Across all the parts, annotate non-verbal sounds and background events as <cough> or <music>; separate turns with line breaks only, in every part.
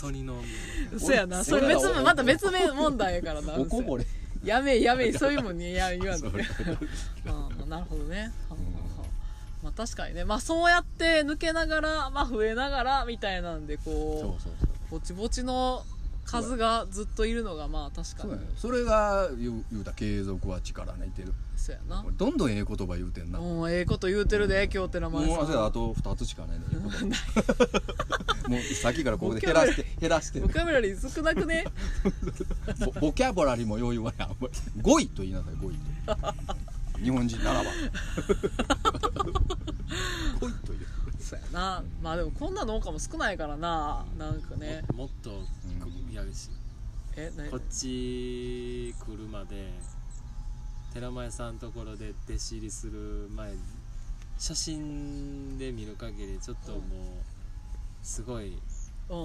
当にの
嘘やなそれ別のまた別名問題やからな
おこぼれ
やめえやめえそういうもんにや言わんと
<laughs> それ
ねああなるほどね、はあはあまあ確かにねまあそうやって抜けながらまあ増えながらみたいなんで
そう
こ
そう
うぼちぼちの数がずっといるのがまあ確か
そうそう
に
やねそれが言う言うたら継続は力ねってる
そうやな
これどんどんええ言葉言うてんなもう
もうええこと言うてるで今日って名前
あ
さ
せやあと2つしかない
<laughs>
<laughs> のにもうさっきからここで減らして減らして
ボキャブラリー少なくね <laughs>
ボボキャブラリーも余裕はないあんまり語彙と言いな
<laughs>
さい語彙と日本人ならば語彙と言う
そうやなまあでもこんな農家も少ないからななんかね
もっとこいやし
えな
こっち来るまで寺前さんのところで弟子入りする前写真で見る限りちょっともうすごい
うんうん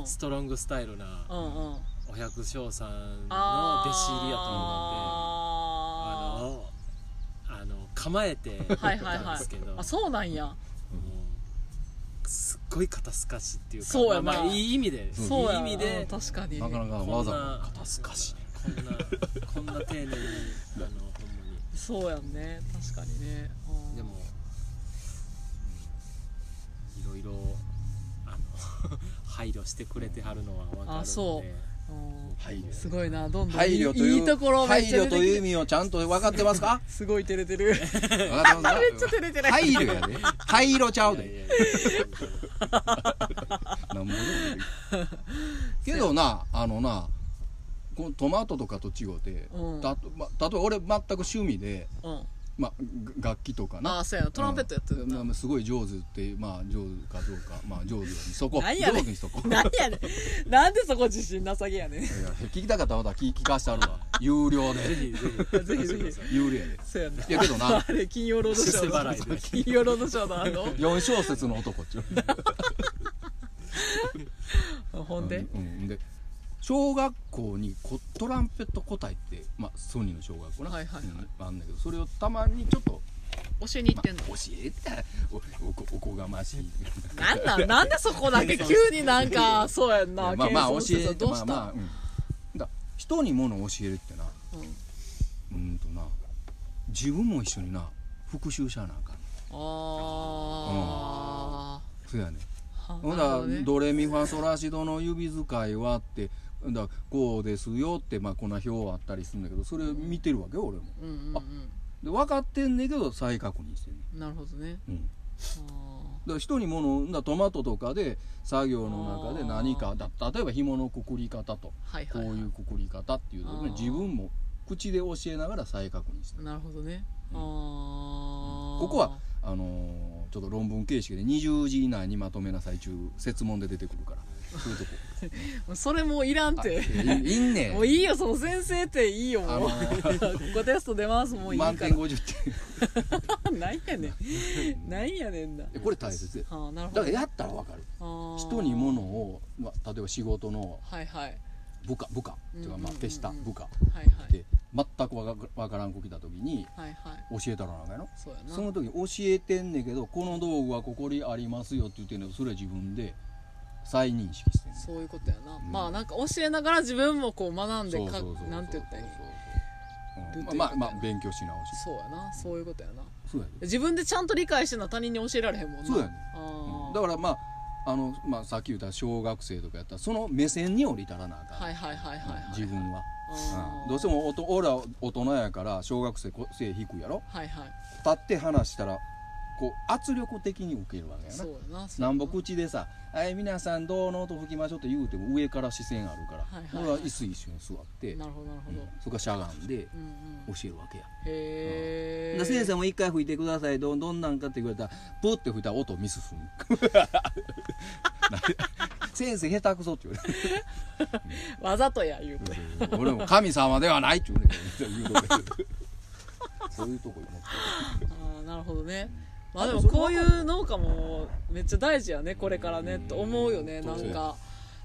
うん
ストロングスタイルなお百姓さんの
あー
弟子入りやと思うんであのあの構えて
はいはい
たん
は
ですけど
い
<laughs>
あそうなんや
もうすっごい肩透かしっていうか
そうやな
まあまあいい意味で
うん
そうや
いい意味で
うん確かに
なかなか
こ
わ
ん
ざ
な
わざ肩すかし
こんなこんな丁寧にあのほんまに
そうやんね確かにねうん
でも、うんいろいろあの配慮してくれてはるのは分かるんで
あそううん
配慮
すごいなどんどん
配慮という
いいところめ
配
っちゃ出
慮
て
と
き
いう意
て
味をちゃんと分かってま
<laughs>
すか
すごい照れて
<laughs>
るめっ
分かってますか
ちゃ照れてる
配慮
<laughs>
やで配慮ちゃうで
やいや
なんぼでもいいけどなあのなこのトマトとかと違って、
うん
たとま、例えば俺全く趣味で、
うん
まあ、が楽器とかな
あそうやなトランペットやってる
うんま
な
あ、すごい上手ってまあ上手かどうかまあ上手にそこ
何や
上
ねん
手にそこいや
何やねんなんでそこ自信なさげやね
<laughs>
ん
聞きたかったらまた聞聞かしてあるわ有料
<laughs>
ぜ
で
ひぜ
ぜひぜひ
有料やで
<laughs> そうやない
やけどな
<laughs> あれ金曜ロードショー
<laughs>
出世払い
の金曜ロードショーのあの
4小節の男っちゅう
ほんで
うんうんで小学校にコトランペット個体って、まあ、ソニーの小学校な、
はいはいはい
うんあんだけどそれをたまにちょっと、
教えに行っ
まあ
てんの
教えておおこおこがましい
なんなんなんでそこだけ急になんかそうやん
い
な
やまあまあ教
謙遜して
え
さ
て
どう
ま
し
あ
た
まあ、うん、だ人にものを教えるってな
うん
うんとな自分も一緒にな復習しゃあなあかん
あ
そうやね
ー
ほん
なる
だ
ほどね
ドレミファソラシドの指使いは」って「だこうですよ」って、まあ、こんな表あったりするんだけどそれ見てるわけよ俺も。
うんうん
で分かってんねんけど再確認してんね
うんなるほどね
ん、うん、だか
あ
ら人に物をだトマトとかで作業の中で何かだ例えば紐のくくり方と
ーはい
こ
は
う
いはい
いうくくり方っていうの
あ
で
ー
自分も口で教えながら再確認してる
なるほどね
うん
あー
ここはあのーちょっと論文形式で20字以内にまとめなさい中説問で出てくるからそうい
<laughs>
うとこ
それもういらんっ
あ
て
いいんねん
もういいよその先生っていいよ
あ
もう
の
ここテスト出ますもういいか
満
ら
点
<laughs>
50
なんやねんなんやねんな
点これ大切や
あーなるほ
だ
ど
からやったら分かる
あー
人に物を、まあ、例えば仕事の
はいはい
部下部下っていうかまあ
うんうんうんうん
手下部下
はい
っ
はい
て全くわかわからん子来た時に
はいはい
教えたらなんかやろ
そうやな
その時教えてんねんけどこの道具はここにありますよって言ってんのそれは自分で再認識してんねん
そういうことやな、
ん
まあなんか教えながら自分もこう学んで
そ
か
うそうそうそう
なんて言ったらいい
そう
ルート
そうそううんまあまあまあ勉強し直し
そうやなそういうことやな
そうやで
自分でちゃんと理解してんのは他人に教えられへんもんな
そうやね
あー
だからまああの、まあ、さっき言った小学生とかやったらその目線に降りたらなあかん、
はいはいはいはいはい
自分は、
あ
う
ー
んどうしてもおと俺は大人やから小学生こ背低いやろ
はいはい
立って話したらこう圧力的に受けるわけや
そ
な
うやなそうやな
南北口でさ「はい皆さんどうの?」と吹きましょうって言うても上から視線あるから、
はいはいはい
俺は椅子一緒に座って、
なるほどなるほ
うん
ど、
そこからしゃがんで
うんうん
教えるわけや、
へえ
で先生も一回吹いてくださいどんどんなんかって言われたらプッて吹いたら音ミスすん <laughs> 先生下手くそって言われる
わざとや言うて、
俺も神様ではないって言われる言うとこそういうとこに持って
ああなるほどねま
あ
あでも
でもそれ
こういう農家もめっちゃ大事やねこれからねと思うよね
うん
なん
そう
か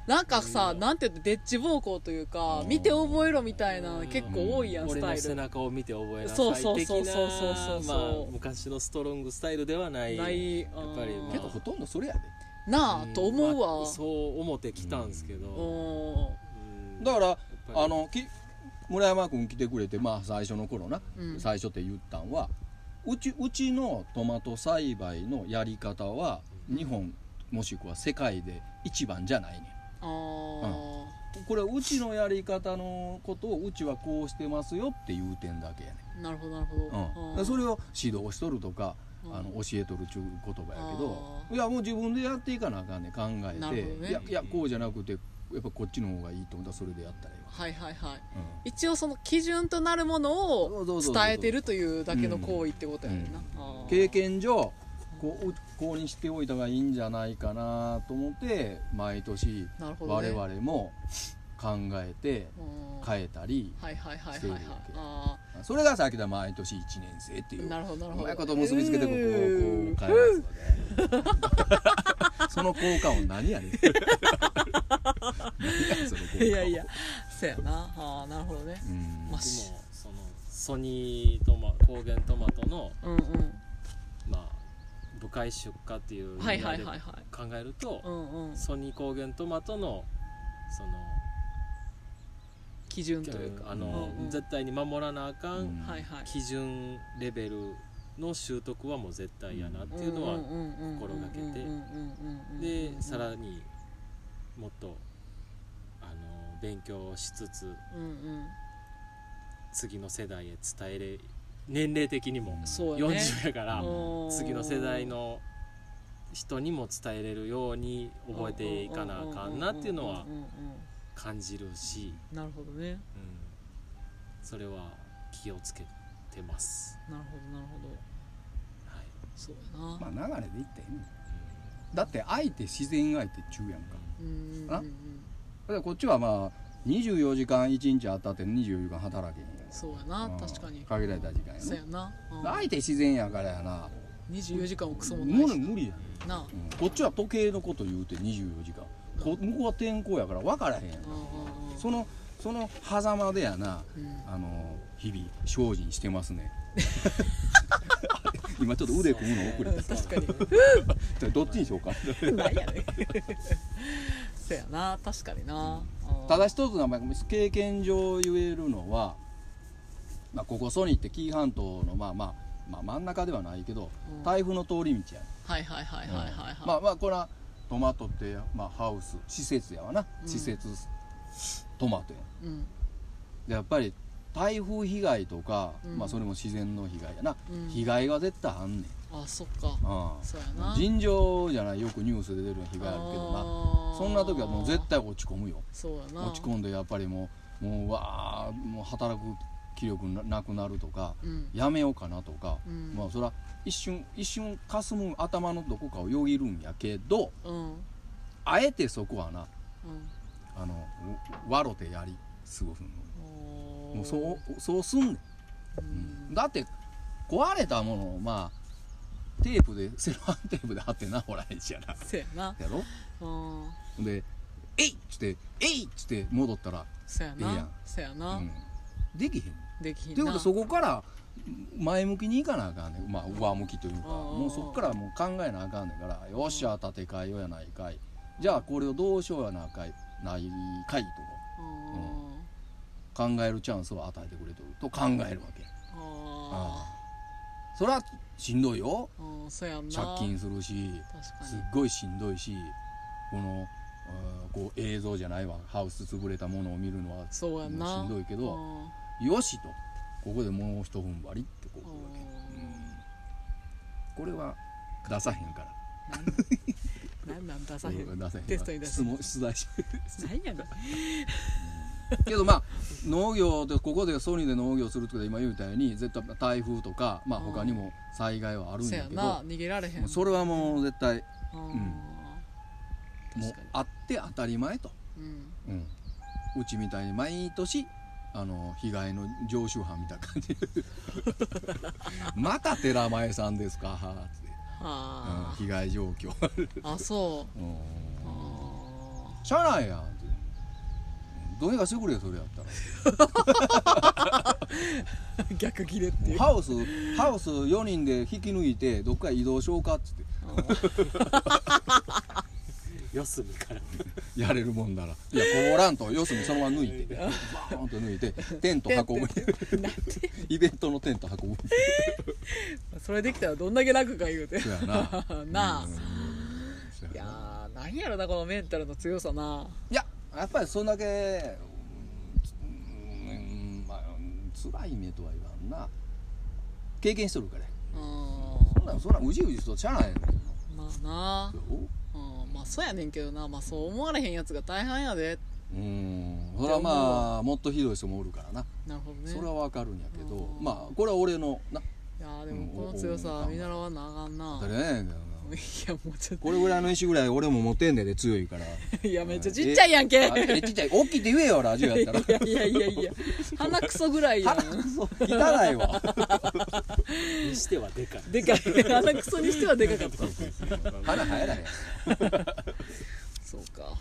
なんかさなんて言うのデッチ暴行というか見て覚えろみたいな結構多いやんス
俺
タ
の
イ
背
ル
中を見て覚えなさい
そうそうそう
的な
そうそうそうそう
まあ昔のストロングスタイルではない
ない
やっぱり
うん
まあ
けどほとんどそれやで
なあと思うわ、
まあそう思ってきたんですけど、
おー
うん
だからあ、
やっ
のき村山君来てくれてまあ最初の頃な、
うん
最初って言ったんはうちうちのトマト栽培のやり方は日本もしくは世界で一番じゃないねん
あー
これうちのやり方のことをうちはこうしてますよっていう点だけやね
なるほどなるほど、
ん、うん、そ
れ
れを指導しとるとか、あの教えとるちゅう言葉やけどいやもう自分でやっていかなあかんねん考え
な
て、
るほどね
いやいやこうじゃなくてやっぱこっちの方がいいと思ったらそれでやったらいいわ、
はいはいはい
うん
一応その基準となるもの
そうそ
を
うそう
伝
そう
えてるというだけの行為ってことやねんな、あー
経験上こううこうにしておいた方がいいんじゃないかなと思って毎年
なるほど、
我
ね、
々も考えて
うんはい
変えたり
はいはいはい
して
はい
る
は
わ
い
け
あ
それがさっきだ毎年1年生ってい
ー
う
なるほどなる
う
ほど
まいこと結びつけてこうこうこう変え
うー
ますわね <laughs> その効果音何やねん何やねんその効果音
<laughs> いやいやそやなあーなるほどね
うん
ぱり
まあ
今そのソニートマ高原トマトの、
うんうん
まあ、部会出荷っていう
はい
意味
は
合い
い
で
はいはい
考えると、
うんうん
ソニー高原トマトのその
基準というか
あの、
うんうん
絶対に守らなあかん、
うん
はいはい
基準レベルの習得はもう絶対やなっていうのは、心がけてでさら
に
にもっとあの勉強しつつ
うんうん
次の世代へ伝えれ年齢的にも
そうよね
40やから、
うん
次の世代の人にも伝えれるように覚えていかなあかんなっていうのは
うんうんうんうんうん
感じるし、
なるほどね
うんそれは気をつけてます。
なるほどなるほど
はい
そうやな、
まあ流れでいったらいいねだって相手自然相手中やんか
うんうんうんう
あ
ん
だからこっちはまあ24時間1日あったって24時間働けへんやん
そうやな
うん
確かに
限られた時間やね
そうやな、うん
相手自然やからやな
24時間もクソもな
無
い
理
し
無理やん、
なあ
うんこっちは時計のこと言うて24時間こ向こうは天候やから分からへんやん
うんうんうん
そのその狭間でやな
うん
あの日々精進してます
<laughs>
ね今ちょっと腕組むの遅れ
た確かに
たどっちにしようか
なんやねんそやな確かにな、うん
ただ一つのまあ経験上言えるのは、まあ、ここソニーって紀伊半島のまあまあ、まあ、真ん中ではないけど
うん
台風の通り道やね、
はいはいはいはいはいはい、
まあまあこれはトマトって、まあ、ハウス施設やわな
うん
施設トマトやん
うん
でやっぱり台風被害とか、
うん
まあそれも自然の被害やな、
うん
被害が絶対あんねん、
あそっか
あ
そうやな
尋常じゃないよくニュースで出るような被害あるけどな
な
そんな時はもう絶対落ち込むよ
そうやな
落ち込んでやっぱりもうもうわあもう働く気力ななくなるとか
うん
やめようかなとか、
うん
まあそら一瞬一瞬かすむ頭のどこかをよぎるんやけど
うんうん
あえてそこはなあのうわろてやり過ごすの
おー
もうそうそうすんねん
うん
だって壊れたものをまあテープでセロハンテープで貼ってなほらへんしやな
そやな
やろ
うん
で「えい!」っつって「えい!」っつって戻ったら、
そや
いいや
なんそや
う、
なん
できへん
できひんな
ということはそこから前向きにいかなあかんねんまあ上向きというか
うん
もうそこからもう考えなあかんねんから「よっしゃ立て替えようやないかい」じゃあこれをどうしようやないかいないかい
うん
と考えるチャンスを与えてくれとると考えるわけ
あ
それはしんどいよ
ーうんそやんな
借金するし
確
す
か
っ
に
ごいしんどいしこのあーこう映像じゃないわハウス潰れたものを見るのは
そうやんな
しんどいけど
うん
よしとここでもう一踏ん張りってこう来るわけ、うんこれは出さへんから
なんなん出さへ
これ
ん
は出さへん
テストに出
質
す
問出題し
なんやねん
けどまあ農業でここでソニーで農業するってことで今言うたように絶対台風とか、まあ、
うん
他にも災害はあるん
そ
だ
や
けど
な、逃げられへ
も
ん
うそれはもう絶対
うん
もう
確かに
あって当たり前と。
うん
うん、うちみたいに毎年あの被害の常習犯みたいな感じで <laughs> また寺前さんですかはーって、うん
は
被害状況
ああそう
<laughs> うん
あー
しゃあないやんってどうにかしてくれよそれやったら
<laughs> 逆切れっていう
ハウスハウス4人で引き抜いてどっかへ移動しようかっつって
四隅から
やれるもんならいやこぼらんと四隅そのまま抜いてバーンと抜いてテント運
<laughs>
ぶイベントのテント運ぶ
それできたらどんだけ楽か言うて
そうやな
<laughs> なあ
うんうんうんそう
い
や
や
な
ーなんやろなこのメンタルの強さない
ややっぱりそんだけうんうんまあうん辛い目とは言わんな経験しとるからや
うん
そんなんそんなんうじうじするとちゃあないの
まあな
そう
うんまあそうやねんけどなまあそう思われへんやつが大半やで
うんそれはまあもっとひどい人もおるからな、
なるほどね
それはわかるんやけど
うん
まあこれは俺のない
やーでもこの強さは見習わなあかんな
誰やねんけどない
やもうちょっ
これぐらいの石ぐらい俺も持ってんねんで強いからあ
といやめっちゃちっちゃいやんけいや
えちっちゃい大きいって言えよラジオやったら
<laughs> いやいやいや鼻くそぐらいや
腹
ん
くそ汚い
<laughs>
わ
にしてはでかい
でかい鼻くそにしてはでかかった
鼻生えないや
そうか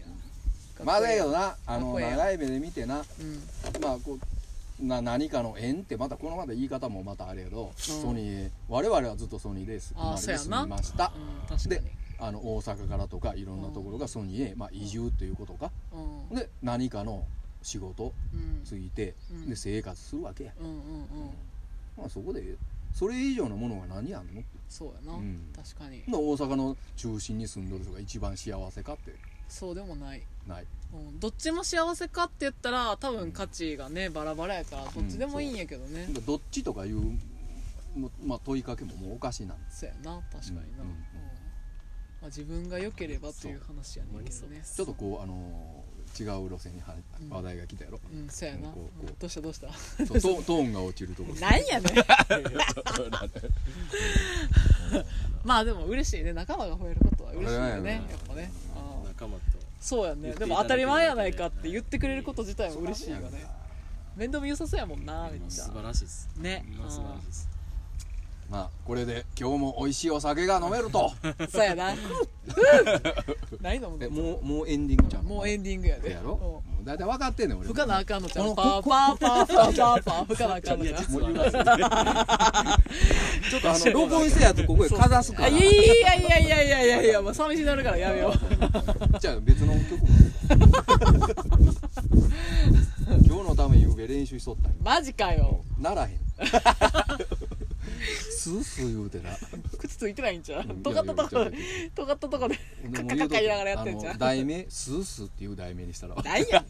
んまあだけどなあ
かっ
の
こええやん
長い目で見てな
うん
まあこうな何かの縁ってまたこのまた言い方もまたあれやけど、ソニー我々はずっとソニーレース
あー
まあ
そうやな
レース見ました
うん確か
で
に
あの大阪からとかいろんなところがソニーへ、まあ、移住ということか
うん
で何かの仕事
うん
ついて、
うん
で生活するわけや、
うんうんうん
まあ、そこでそれ以上のものは何やんのって
そうやな
うん
確かに
で大阪の中心に住んどる人が一番幸せかって
そうでもない
ない
うんどっちも幸せかって言ったら多分価値がねバラバラやからどっちでもいいんやけどね
だからどっちとかいう、もまあ、問いかけももうおかしいなんです
そうやな確かにな
うんうん
うんまあ自分が良ければっていう話やねんけど
そう
ね
ちょっとこうあのー違う路線には
うん
話題が来たやろ、
うんそうやな
こうこう
どうしたどうした <laughs>
そうトーントーンが落ちるとこ
なん <laughs> やねんまあでも嬉しいね仲間が増えることは嬉しいよ
あれは
ね
やな
やっぱねうん
仲間と
そうやね
言って
で
いただける
も当たり前やないかっ
だけ
て
で
言ってくれること自体も
そら
嬉しいよ
そうや
ね
んか
面倒見良さそうやもんなめっちゃ
素晴らしいです
ね
ほんま素晴らしいです
まあこれで今日も美味しいお酒が飲めると
<laughs> そうや
<laughs>
なないのも
え
う
もうもうエンディングじゃん
もうエン
デ
ディングや
ィ
で
やろもう大体分かってんねん俺
吹かなあかんのちゃう
こ
パー
の
パーパーパーパーパー吹かなあ <laughs> かんの
い
ち
や
ゃう
実は
ちょっとあの録音したやつここへかざすか
あい
ら <laughs>
やいやいやいやいやいやもう寂しになるからやめよう
じゃあ別の曲も今日のためにべ練習しとったんよ
マジかよ <laughs>
ならへんスースー言うてな
靴ついてないんちゃう尖ったとこで尖ったとこでカッカッカッカ言いながらやってんじゃ
あの
ん
題名スースーっていう題名にしたら
ないやん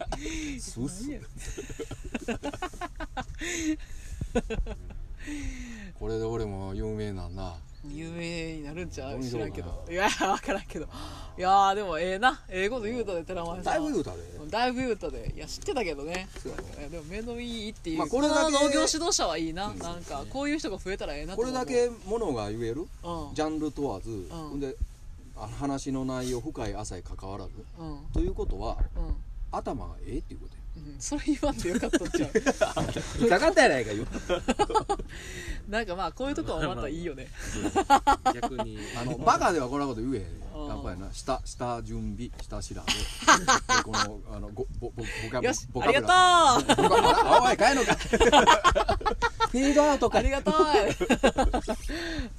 スースーこれで俺も有名なんな
有名になるんちゃう
どう
知
しよ
ら
うん
け
かな
どいや分からんけどいやーでもええなええこと言うたで寺前さん
だいぶ言うたで
だいぶ言うたでいや知ってたけどね
そうやろ
いやでも面倒いいっていう、
まあ
こ
これだけ
の農業指導者はいいな、
うん
なんかこういう人が増えたらええなと
こ
思う
れだけものが言える
うん
ジャンル問わず、
ん
であ話の内容深い浅い関わらず
うん
ということは
うん
頭がええっていうことや
うん、それ言わんでよかったんちゃう
引っかかったやないかよ
なんかまあこういうとこはまたいいよね
逆に
あのバカではこんなこと言えへん
うん
やっぱりな下下準備下
<laughs>
調べでこのあのごぼぼボキャ
よし
ボ
あ
キャ
り
ブ
がとう
ラボキャブラあおいかえ
<laughs>
のかフィードアウト
あ
か
りがとう <laughs>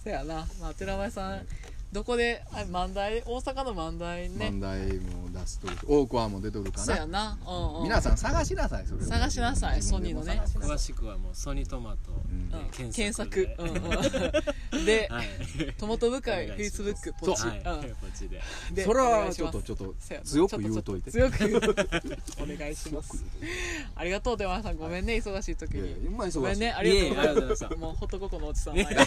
そやな、まあ、寺前さんどこであ漫才大阪の漫才ね
問題も出すとる多くはもう出とるか
そやな、
な
うんうん、
皆さん探しなさいそれを
探しなさい
自分でも
ソニーのね
探しな
詳
さい
しくはもうソニートマト
うん
うん検
検
索
索
うんうん、で、
はい
トマト部会
お
フ
願
ェイ
い
ス
し
ブ
ま
ッ
す
クポチ、
そう
はいこっちで
うんで
それ
お願
はい
し
ちょ
ま
っ
す
とちょっと
そうやな
強く言うといて
ちょっと強く言う <laughs> お願いしますありがとう出前さんごめんね忙しい時
いやいや
に
今忙しい
ごめんねあ
いえ
り
いえ
が
ありが
と
とう
うご
ご
ざ
ざい
います
ま
もうホトココのおじさんの間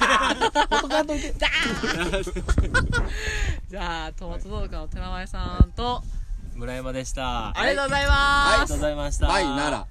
<laughs> じゃあトマト農家の寺前さんと、
村山でした
ありがとうござ
あ
い
り
ま
が
す
とうございました
バイなら